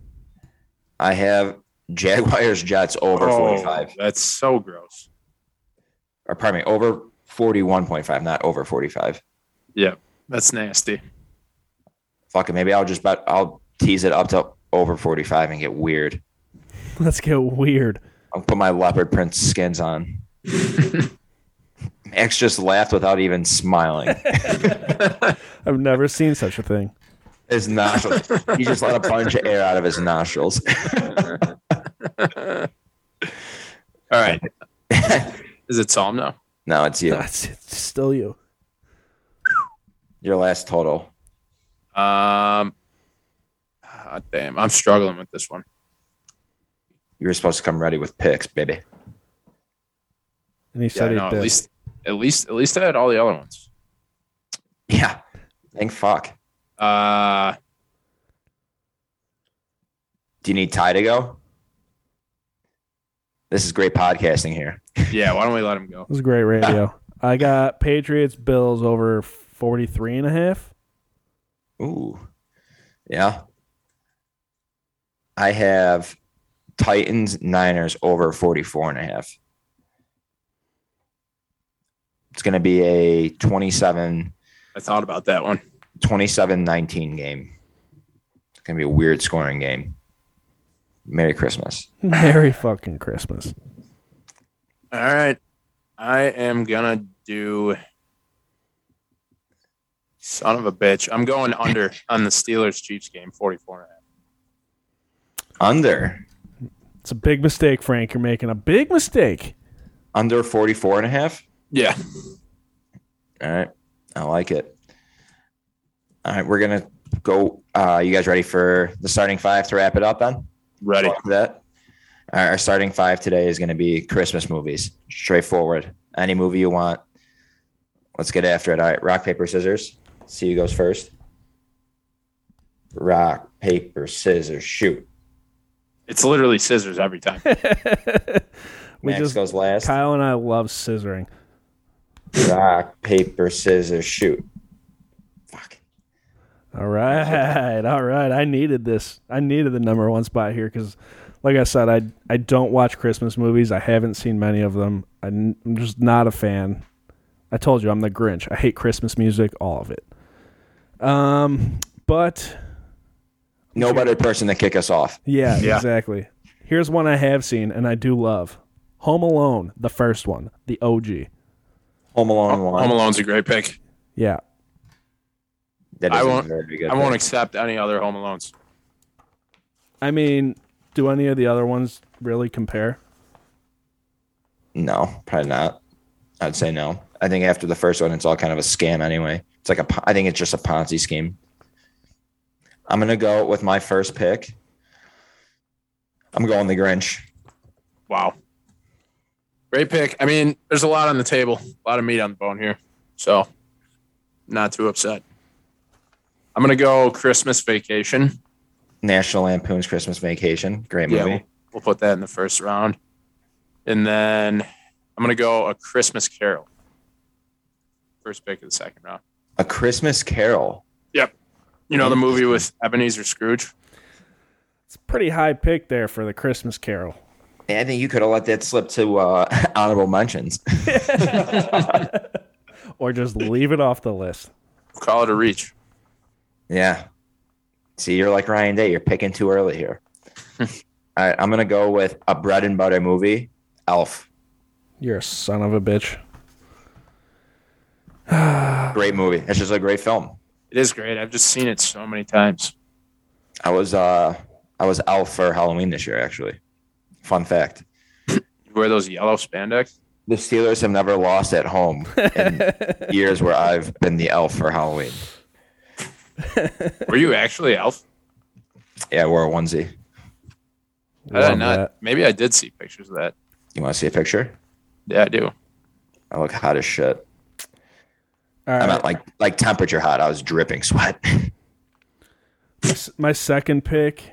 Speaker 2: I have Jaguars Jets over 45.
Speaker 1: Oh, That's so gross.
Speaker 2: Or pardon me, over 41.5, not over 45.
Speaker 1: That's nasty.
Speaker 2: Fuck it. Maybe I'll just bet I'll tease it up to over 45 and get weird.
Speaker 3: Let's get weird.
Speaker 2: I'll put my leopard print skins on. X just laughed without even smiling.
Speaker 3: I've never seen such a thing.
Speaker 2: his nostrils. he just let a bunch of air out of his nostrils.
Speaker 1: All right. Is it Psalm now?
Speaker 2: no, it's you.
Speaker 3: That's it's still you.
Speaker 2: Your last total.
Speaker 1: Um, ah, damn, I'm struggling with this one.
Speaker 2: You were supposed to come ready with picks, baby.
Speaker 3: And
Speaker 1: Yeah,
Speaker 3: he said
Speaker 1: no,
Speaker 3: he
Speaker 1: at
Speaker 3: did.
Speaker 1: least, at least, at least I had all the other ones.
Speaker 2: Yeah. Thank fuck.
Speaker 1: Uh,
Speaker 2: Do you need Ty to go? This is great podcasting here.
Speaker 1: yeah. Why don't we let him go?
Speaker 3: It was great radio. I got Patriots, Bills over 43 and a half.
Speaker 2: Ooh. Yeah. I have Titans Niners over 44 and a half. It's going to be a 27
Speaker 1: I thought about that one.
Speaker 2: 27 19 game. It's going to be a weird scoring game. Merry Christmas.
Speaker 3: Merry fucking Christmas.
Speaker 1: All right. I am gonna do. Son of a bitch. I'm going under on the Steelers Chiefs game, 44 and a half.
Speaker 2: Under
Speaker 3: It's a big mistake, Frank. You're making a big mistake.
Speaker 2: under 44 and a half.
Speaker 1: Yeah.
Speaker 2: All right. I like it. All right, we're going to go uh you guys ready for the starting five to wrap it up then?
Speaker 1: Ready.
Speaker 2: Fuck that. All right, our starting five today is going to be Christmas movies. Straightforward. Any movie you want. Let's get after it. All right, rock, paper, scissors. See who goes first. Rock, paper, scissors, shoot.
Speaker 1: It's literally scissors every time.
Speaker 3: we
Speaker 2: Max
Speaker 3: just
Speaker 2: goes last.
Speaker 3: Kyle and I love scissoring.
Speaker 2: Rock, paper, scissors, shoot. Fuck.
Speaker 3: All right, all right. I needed this. I needed the number one spot here because, like I said, I I don't watch Christmas movies. I haven't seen many of them. I n- I'm just not a fan. I told you I'm the Grinch. I hate Christmas music, all of it. Um, but
Speaker 2: No better person to kick us off.
Speaker 3: yeah,
Speaker 1: Yeah.
Speaker 3: exactly. Here's one I have seen and I do love: Home Alone, the first one, the OG.
Speaker 2: Home Alone one.
Speaker 1: Oh, Home Alone's a great pick.
Speaker 3: Yeah,
Speaker 2: That
Speaker 1: I
Speaker 2: is a
Speaker 1: won't-
Speaker 2: very good
Speaker 1: I won't
Speaker 2: pick.
Speaker 1: accept any other Home Alones.
Speaker 3: I mean, do any of the other ones really compare?
Speaker 2: No, probably not. I'd say no. I think after the first one, it's all kind of a scam anyway. It's like a, Po- I think it's just a Ponzi scheme. I'm gonna go with my first pick. I'm going the Grinch.
Speaker 1: Wow. Great pick. I mean, there's a lot on the table, a lot of meat on the bone here. So, not too upset. I'm going to go Christmas Vacation.
Speaker 2: National Lampoon's Christmas Vacation, great
Speaker 1: Yeah.
Speaker 2: movie.
Speaker 1: We'll put that in the first round. And then I'm going to go A Christmas Carol. First pick of the second round.
Speaker 2: A Christmas Carol.
Speaker 1: You know, the movie with Ebenezer Scrooge?
Speaker 3: It's a pretty high pick there for the Christmas Carol.
Speaker 2: Yeah, I think you could have let that slip to uh, honorable mentions.
Speaker 3: or just leave it off the list.
Speaker 1: Call it a reach.
Speaker 2: Yeah. See, you're like Ryan Day. You're picking too early here. all right, I'm gonna go with a bread and butter movie, Elf.
Speaker 3: You're a son of a bitch.
Speaker 2: Great movie. It's just a great film.
Speaker 1: It is great. I've just seen it so many times.
Speaker 2: I was uh I was out for Halloween this year actually. Fun fact.
Speaker 1: You wear those yellow spandex?
Speaker 2: The Steelers have never lost at home in years where I've been the elf for Halloween.
Speaker 1: Were you actually Elf?
Speaker 2: Yeah, I wore a onesie.
Speaker 1: I did
Speaker 3: Love
Speaker 1: not.
Speaker 3: that.
Speaker 1: Maybe I did see pictures of that.
Speaker 2: You want to see a picture?
Speaker 1: Yeah, I do.
Speaker 2: I look hot as shit.
Speaker 3: All
Speaker 2: I'm
Speaker 3: right.
Speaker 2: at like like temperature hot. I was dripping sweat.
Speaker 3: My s- My second pick,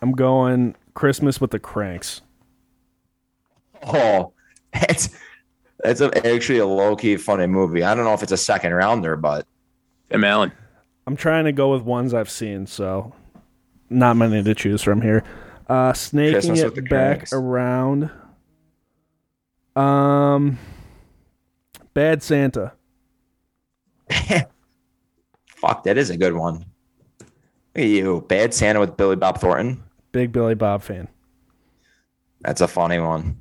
Speaker 3: I'm going Christmas with the Cranks.
Speaker 2: oh, that's that's a, actually a low key funny movie. I don't know if it's a second rounder, but
Speaker 1: Tim Allen.
Speaker 3: I'm trying to go with ones I've seen, so not many to choose from here. Uh, snaking
Speaker 2: Christmas with the
Speaker 3: it back
Speaker 2: Cranks.
Speaker 3: around. Um, Bad Santa.
Speaker 2: fuck, that is a good one. Look at you, Bad Santa with Billy Bob Thornton.
Speaker 3: Big Billy Bob fan.
Speaker 2: That's a funny one.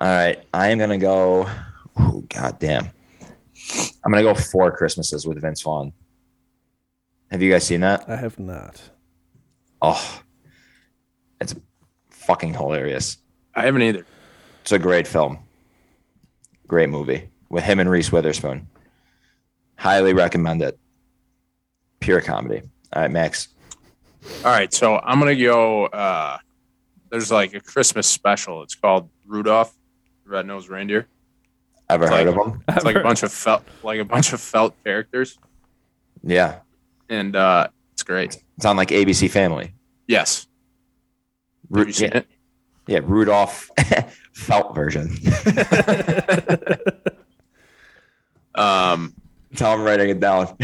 Speaker 2: All right, I am gonna go. Oh goddamn! I'm gonna go four Christmases with Vince Vaughn. Have you guys seen that?
Speaker 3: I have not.
Speaker 2: Oh, it's fucking hilarious.
Speaker 1: I haven't either.
Speaker 2: It's a great film. Great movie with him and Reese Witherspoon. Highly recommend it. Pure comedy. All right, Max.
Speaker 1: All right, so I'm gonna go. Uh, there's like a Christmas special. It's called Rudolph, the Red-Nosed Reindeer.
Speaker 2: Ever
Speaker 1: It's
Speaker 2: heard
Speaker 1: like-
Speaker 2: of him?
Speaker 1: It's like a bunch of felt, like a bunch of felt characters,
Speaker 2: Yeah.
Speaker 1: and uh, it's great.
Speaker 2: It's on like ABC Family.
Speaker 1: Yes,
Speaker 2: Ru-
Speaker 1: have you seen
Speaker 2: yeah,
Speaker 1: it?
Speaker 2: yeah, Rudolph felt version.
Speaker 1: Um,
Speaker 2: Tell him writing it down.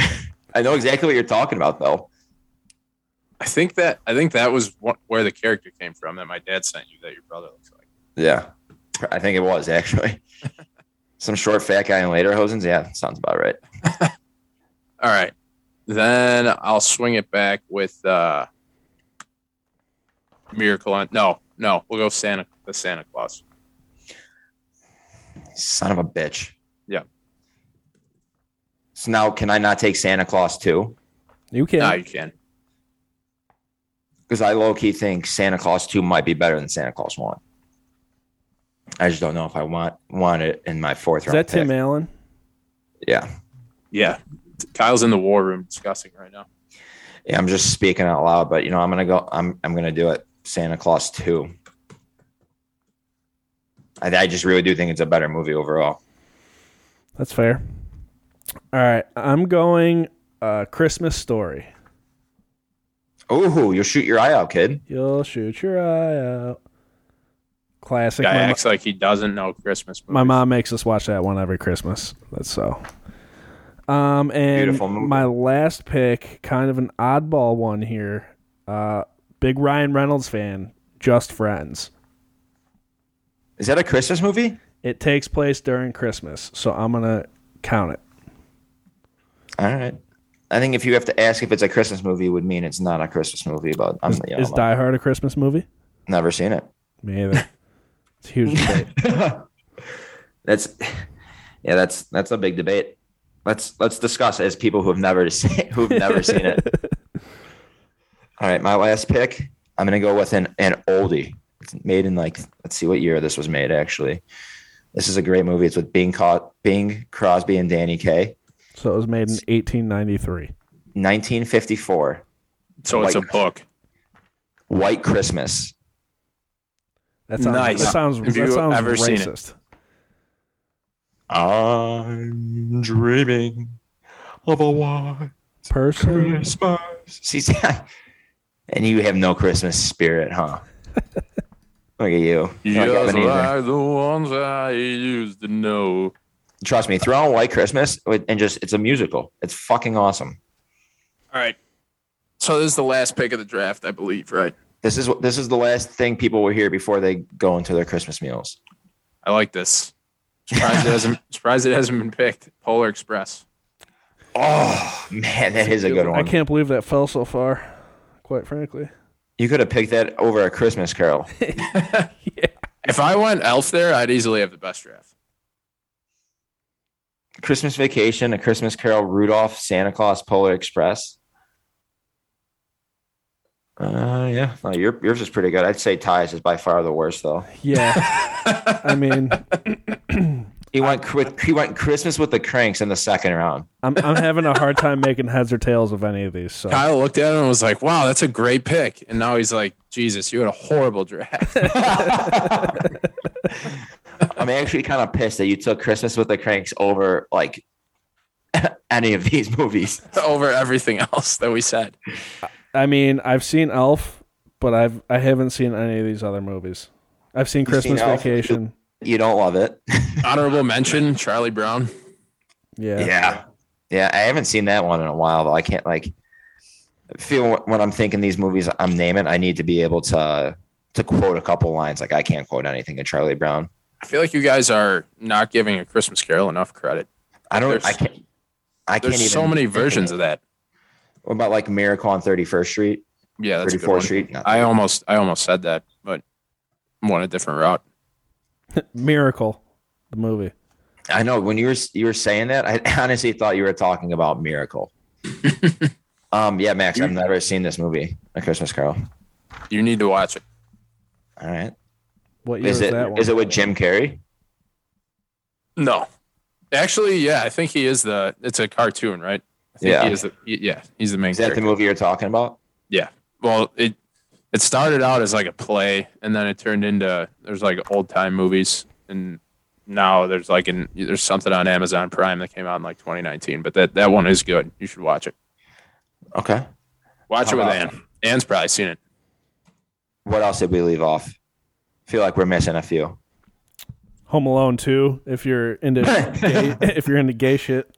Speaker 2: I know exactly what you're talking about though.
Speaker 1: I think that I think that was what, where the character came from that my dad sent you that your brother looks like.
Speaker 2: Yeah. I think it was actually. Some short fat guy in later hosens. Yeah, sounds about right.
Speaker 1: All right, then I'll swing it back with uh, Miracle on. No, no, we'll go Santa the Santa Claus.
Speaker 2: Son of a bitch.
Speaker 1: Yeah.
Speaker 2: So now can I not take Santa Claus too?
Speaker 3: You can.
Speaker 1: No, you can.
Speaker 2: Because I low key think Santa Claus two might be better than Santa Claus one. I just don't know if I want want it in my fourth
Speaker 3: Is
Speaker 2: round.
Speaker 3: that Tim
Speaker 2: pick.
Speaker 3: Allen?
Speaker 2: Yeah.
Speaker 1: Yeah, Kyle's in the war room discussing right now.
Speaker 2: Yeah, I'm just speaking out loud, but you know, I'm gonna go I'm I'm gonna do it. Santa Claus two. I, I just really do think it's a better movie overall.
Speaker 3: That's fair. All right, I'm going uh, Christmas Story.
Speaker 2: Ooh, you'll shoot your eye out, kid.
Speaker 3: You'll shoot your eye out. Classic.
Speaker 1: Guy
Speaker 3: My, mo-
Speaker 1: acts like he doesn't know Christmas. Movies.
Speaker 3: my mom makes us watch that one every Christmas. That's so. Um, and
Speaker 2: Beautiful movie.
Speaker 3: my last pick, kind of an oddball one here. Uh, big Ryan Reynolds fan, Just Friends.
Speaker 2: Is that a Christmas movie?
Speaker 3: It takes place during Christmas, so I'm gonna count it.
Speaker 2: All right. I think if you have to ask if it's a Christmas movie, would mean it's not a Christmas movie. But I'm you know,
Speaker 3: Is Die Hard a Christmas movie?
Speaker 2: never seen it.
Speaker 3: Me either. It's a huge debate.
Speaker 2: That's yeah, that's that's a big debate. Let's let's discuss as people who have never seen who've never seen it. All right, my last pick. I'm gonna go with an an oldie. It's made in like let's see what year this was made actually. This is a great movie. It's with Bing, Co- Bing Crosby and Danny Kaye.
Speaker 3: So it was made in 1893.
Speaker 2: 1954.
Speaker 1: So it's a book.
Speaker 2: White Christmas.
Speaker 3: That sounds
Speaker 1: Nice.
Speaker 3: that sounds,
Speaker 1: Have
Speaker 3: that
Speaker 1: you
Speaker 3: sounds
Speaker 1: ever seen it?
Speaker 3: racist.
Speaker 2: I'm dreaming of a white
Speaker 3: Person
Speaker 2: Christmas. She's and you have no Christmas spirit, huh? Look at you. You're like
Speaker 1: Just
Speaker 2: Ebenezer.
Speaker 1: like the ones I used to know.
Speaker 2: Trust me, throw on White Christmas with- and just it's a musical. It's fucking awesome.
Speaker 1: All right. So this is the last pick of the draft, I believe, right?
Speaker 2: This is what this is the last thing people will hear before they go into their Christmas meals.
Speaker 1: I like this. Surprised it hasn't surprised it hasn't been picked. Polar Express.
Speaker 2: Oh man, that is a good
Speaker 3: I
Speaker 2: one.
Speaker 3: can't believe that fell so far, quite frankly.
Speaker 2: You could have picked that over a Christmas Carol.
Speaker 1: If I went Elf there, I'd easily have the best draft.
Speaker 2: Christmas Vacation, A Christmas Carol, Rudolph, Santa Claus, Polar Express. Uh, yeah, no, your, yours is pretty good. I'd say Ties is by far the worst though.
Speaker 3: Yeah. I mean,
Speaker 2: He went with he went Christmas with the Cranks in the second round.
Speaker 3: I'm, I'm having a hard time making heads or tails of any of these. So
Speaker 1: Kyle looked at him and was like, "Wow, that's a great pick." And now he's like, "Jesus, you had a horrible draft."
Speaker 2: I'm actually kind of pissed that you took Christmas with the Cranks over like any of these movies.
Speaker 1: over everything else that we said.
Speaker 3: I mean, I've seen Elf, but I've I haven't seen any of these other movies. I've seen
Speaker 2: You've seen
Speaker 3: Christmas
Speaker 2: Elf?
Speaker 3: Vacation.
Speaker 2: You don't love it.
Speaker 1: Honorable mention: Charlie Brown.
Speaker 3: Yeah.
Speaker 2: Yeah. yeah. I haven't seen that one in a while, though. I can't like I feel when I'm thinking these movies I'm naming, I need to be able to to quote a couple lines. Like I can't quote anything in Charlie Brown.
Speaker 1: I feel like you guys are not giving a Christmas Carol enough credit.
Speaker 2: I don't
Speaker 1: There's-
Speaker 2: I can't I can't
Speaker 1: There's
Speaker 2: even
Speaker 1: so many
Speaker 2: think
Speaker 1: versions
Speaker 2: it.
Speaker 1: of that.
Speaker 2: What about like Miracle on 31st Street,
Speaker 1: Yeah, that's a good
Speaker 2: 34th
Speaker 1: one.
Speaker 2: Street? No.
Speaker 1: I almost I almost said that, but I'm on a different route.
Speaker 3: Miracle, the movie.
Speaker 2: I know when you were you were saying that, I honestly thought you were talking about Miracle. um, yeah, Max, I've never seen this movie, A Christmas Carol.
Speaker 1: You need to watch it.
Speaker 2: All right,
Speaker 3: What year
Speaker 2: is
Speaker 3: is
Speaker 2: it
Speaker 3: that one?
Speaker 2: is it with Jim Carrey?
Speaker 1: No, actually, yeah, I think he is the. It's a cartoon, right? I think
Speaker 2: Yeah.
Speaker 1: he is the. he- Yeah, he's the main
Speaker 2: Is that
Speaker 1: character.
Speaker 2: the movie you're talking about?
Speaker 1: well, it it started out as like a play, and then it turned into there's like old time movies, and now there's like an there's something on Amazon Prime that came out in like 2019. But that that one is good. You should watch it.
Speaker 2: Okay.
Speaker 1: Watch
Speaker 2: How
Speaker 1: it with
Speaker 2: about-
Speaker 1: Anne. Anne's probably seen it.
Speaker 2: What else did we leave off? feel like we're missing a few.
Speaker 3: Home Alone Two? If you're into gay, if you're into gay shit,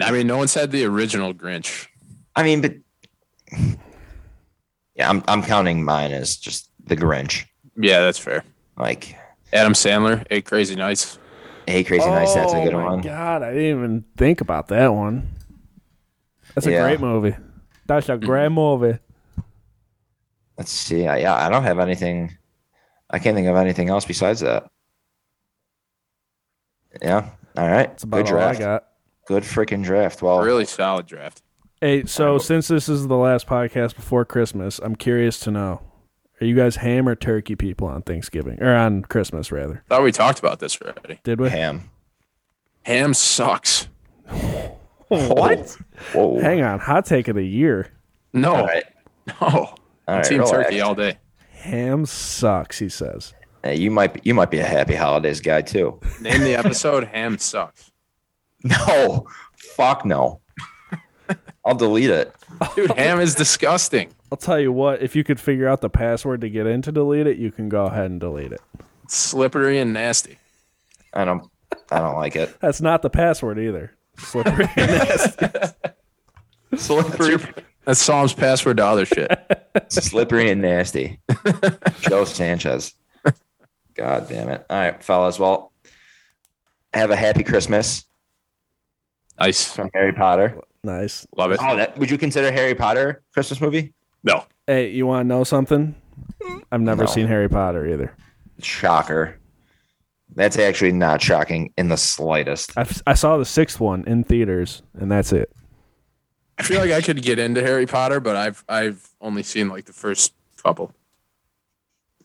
Speaker 1: I mean, no one said the original Grinch.
Speaker 2: I mean, but yeah, I'm I'm counting mine as just the Grinch.
Speaker 1: Yeah, that's fair.
Speaker 2: Like,
Speaker 1: Adam Sandler, Eight Crazy Nights.
Speaker 2: hey, crazy nice, that's a
Speaker 3: Oh
Speaker 2: good
Speaker 3: my
Speaker 2: one.
Speaker 3: God, I didn't even think about that one. That's a
Speaker 2: Yeah.
Speaker 3: great movie. That's a great movie.
Speaker 2: Let's see. I, yeah, I don't have anything. I can't think of anything else besides that. Yeah. All right.
Speaker 3: That's about
Speaker 2: Good
Speaker 3: all I
Speaker 2: draft.
Speaker 3: got.
Speaker 2: Good freaking draft. Well,
Speaker 1: Really solid draft.
Speaker 3: Hey, so since this is the last podcast before Christmas, I'm curious to know: Are you guys ham or turkey people on Thanksgiving or on Christmas rather?
Speaker 1: Thought we talked about this already.
Speaker 3: Did we?
Speaker 2: ham.
Speaker 1: Ham sucks.
Speaker 3: What?
Speaker 2: Whoa.
Speaker 3: Hang on, hot take of the year.
Speaker 1: No,
Speaker 2: All right.
Speaker 1: no.
Speaker 2: All right.
Speaker 1: Team
Speaker 2: relax.
Speaker 1: Turkey all day.
Speaker 3: Ham sucks, he says.
Speaker 2: Hey, you might be, you might be a happy holidays guy too.
Speaker 1: Name the episode. Ham sucks.
Speaker 2: No. Fuck no. I'll delete it.
Speaker 1: Dude, ham is disgusting.
Speaker 3: I'll tell you what, if you could figure out the password to get in to delete it, you can go ahead and delete it.
Speaker 1: It's slippery and nasty.
Speaker 2: I don't. I don't like it.
Speaker 3: That's not the password either. Slippery.
Speaker 1: Slippery. That's Psalm's password to other shit.
Speaker 2: Slippery and nasty. Joe Sanchez. God damn it. All right, fellas. Well, have a happy Christmas
Speaker 1: Nice.
Speaker 2: from Harry Potter.
Speaker 3: nice.
Speaker 1: Love it.
Speaker 2: Oh, that would you consider Harry Potter a Christmas movie?
Speaker 1: No.
Speaker 3: Hey, you want to know something? I've never
Speaker 2: No.
Speaker 3: seen Harry Potter either.
Speaker 2: Shocker. That's actually not shocking in the slightest.
Speaker 3: I've, I saw the sixth one in theaters, and that's it.
Speaker 1: I feel like I could get into Harry Potter, but I've I've only seen like the first couple.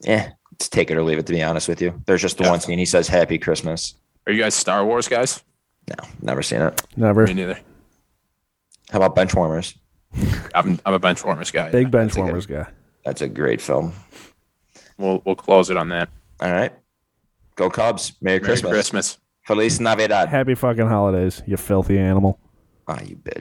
Speaker 2: Yeah, it's Eh, take it or leave it. To be honest with you, there's just the
Speaker 1: Yeah.
Speaker 2: one scene he says "Happy Christmas."
Speaker 1: Are you guys Star Wars guys?
Speaker 2: No, never seen it.
Speaker 3: Never.
Speaker 1: Me neither.
Speaker 2: How about Benchwarmers?
Speaker 1: I'm I'm a Benchwarmers guy.
Speaker 3: Big bench
Speaker 2: that's a good-
Speaker 3: warmers guy.
Speaker 2: That's a great film.
Speaker 1: We'll we'll close it on that.
Speaker 2: All right, go Cubs! Merry,
Speaker 1: Merry
Speaker 2: Christmas.
Speaker 1: Christmas.
Speaker 2: Feliz Navidad.
Speaker 3: Happy fucking holidays, you filthy animal.
Speaker 2: Ah, you bitch.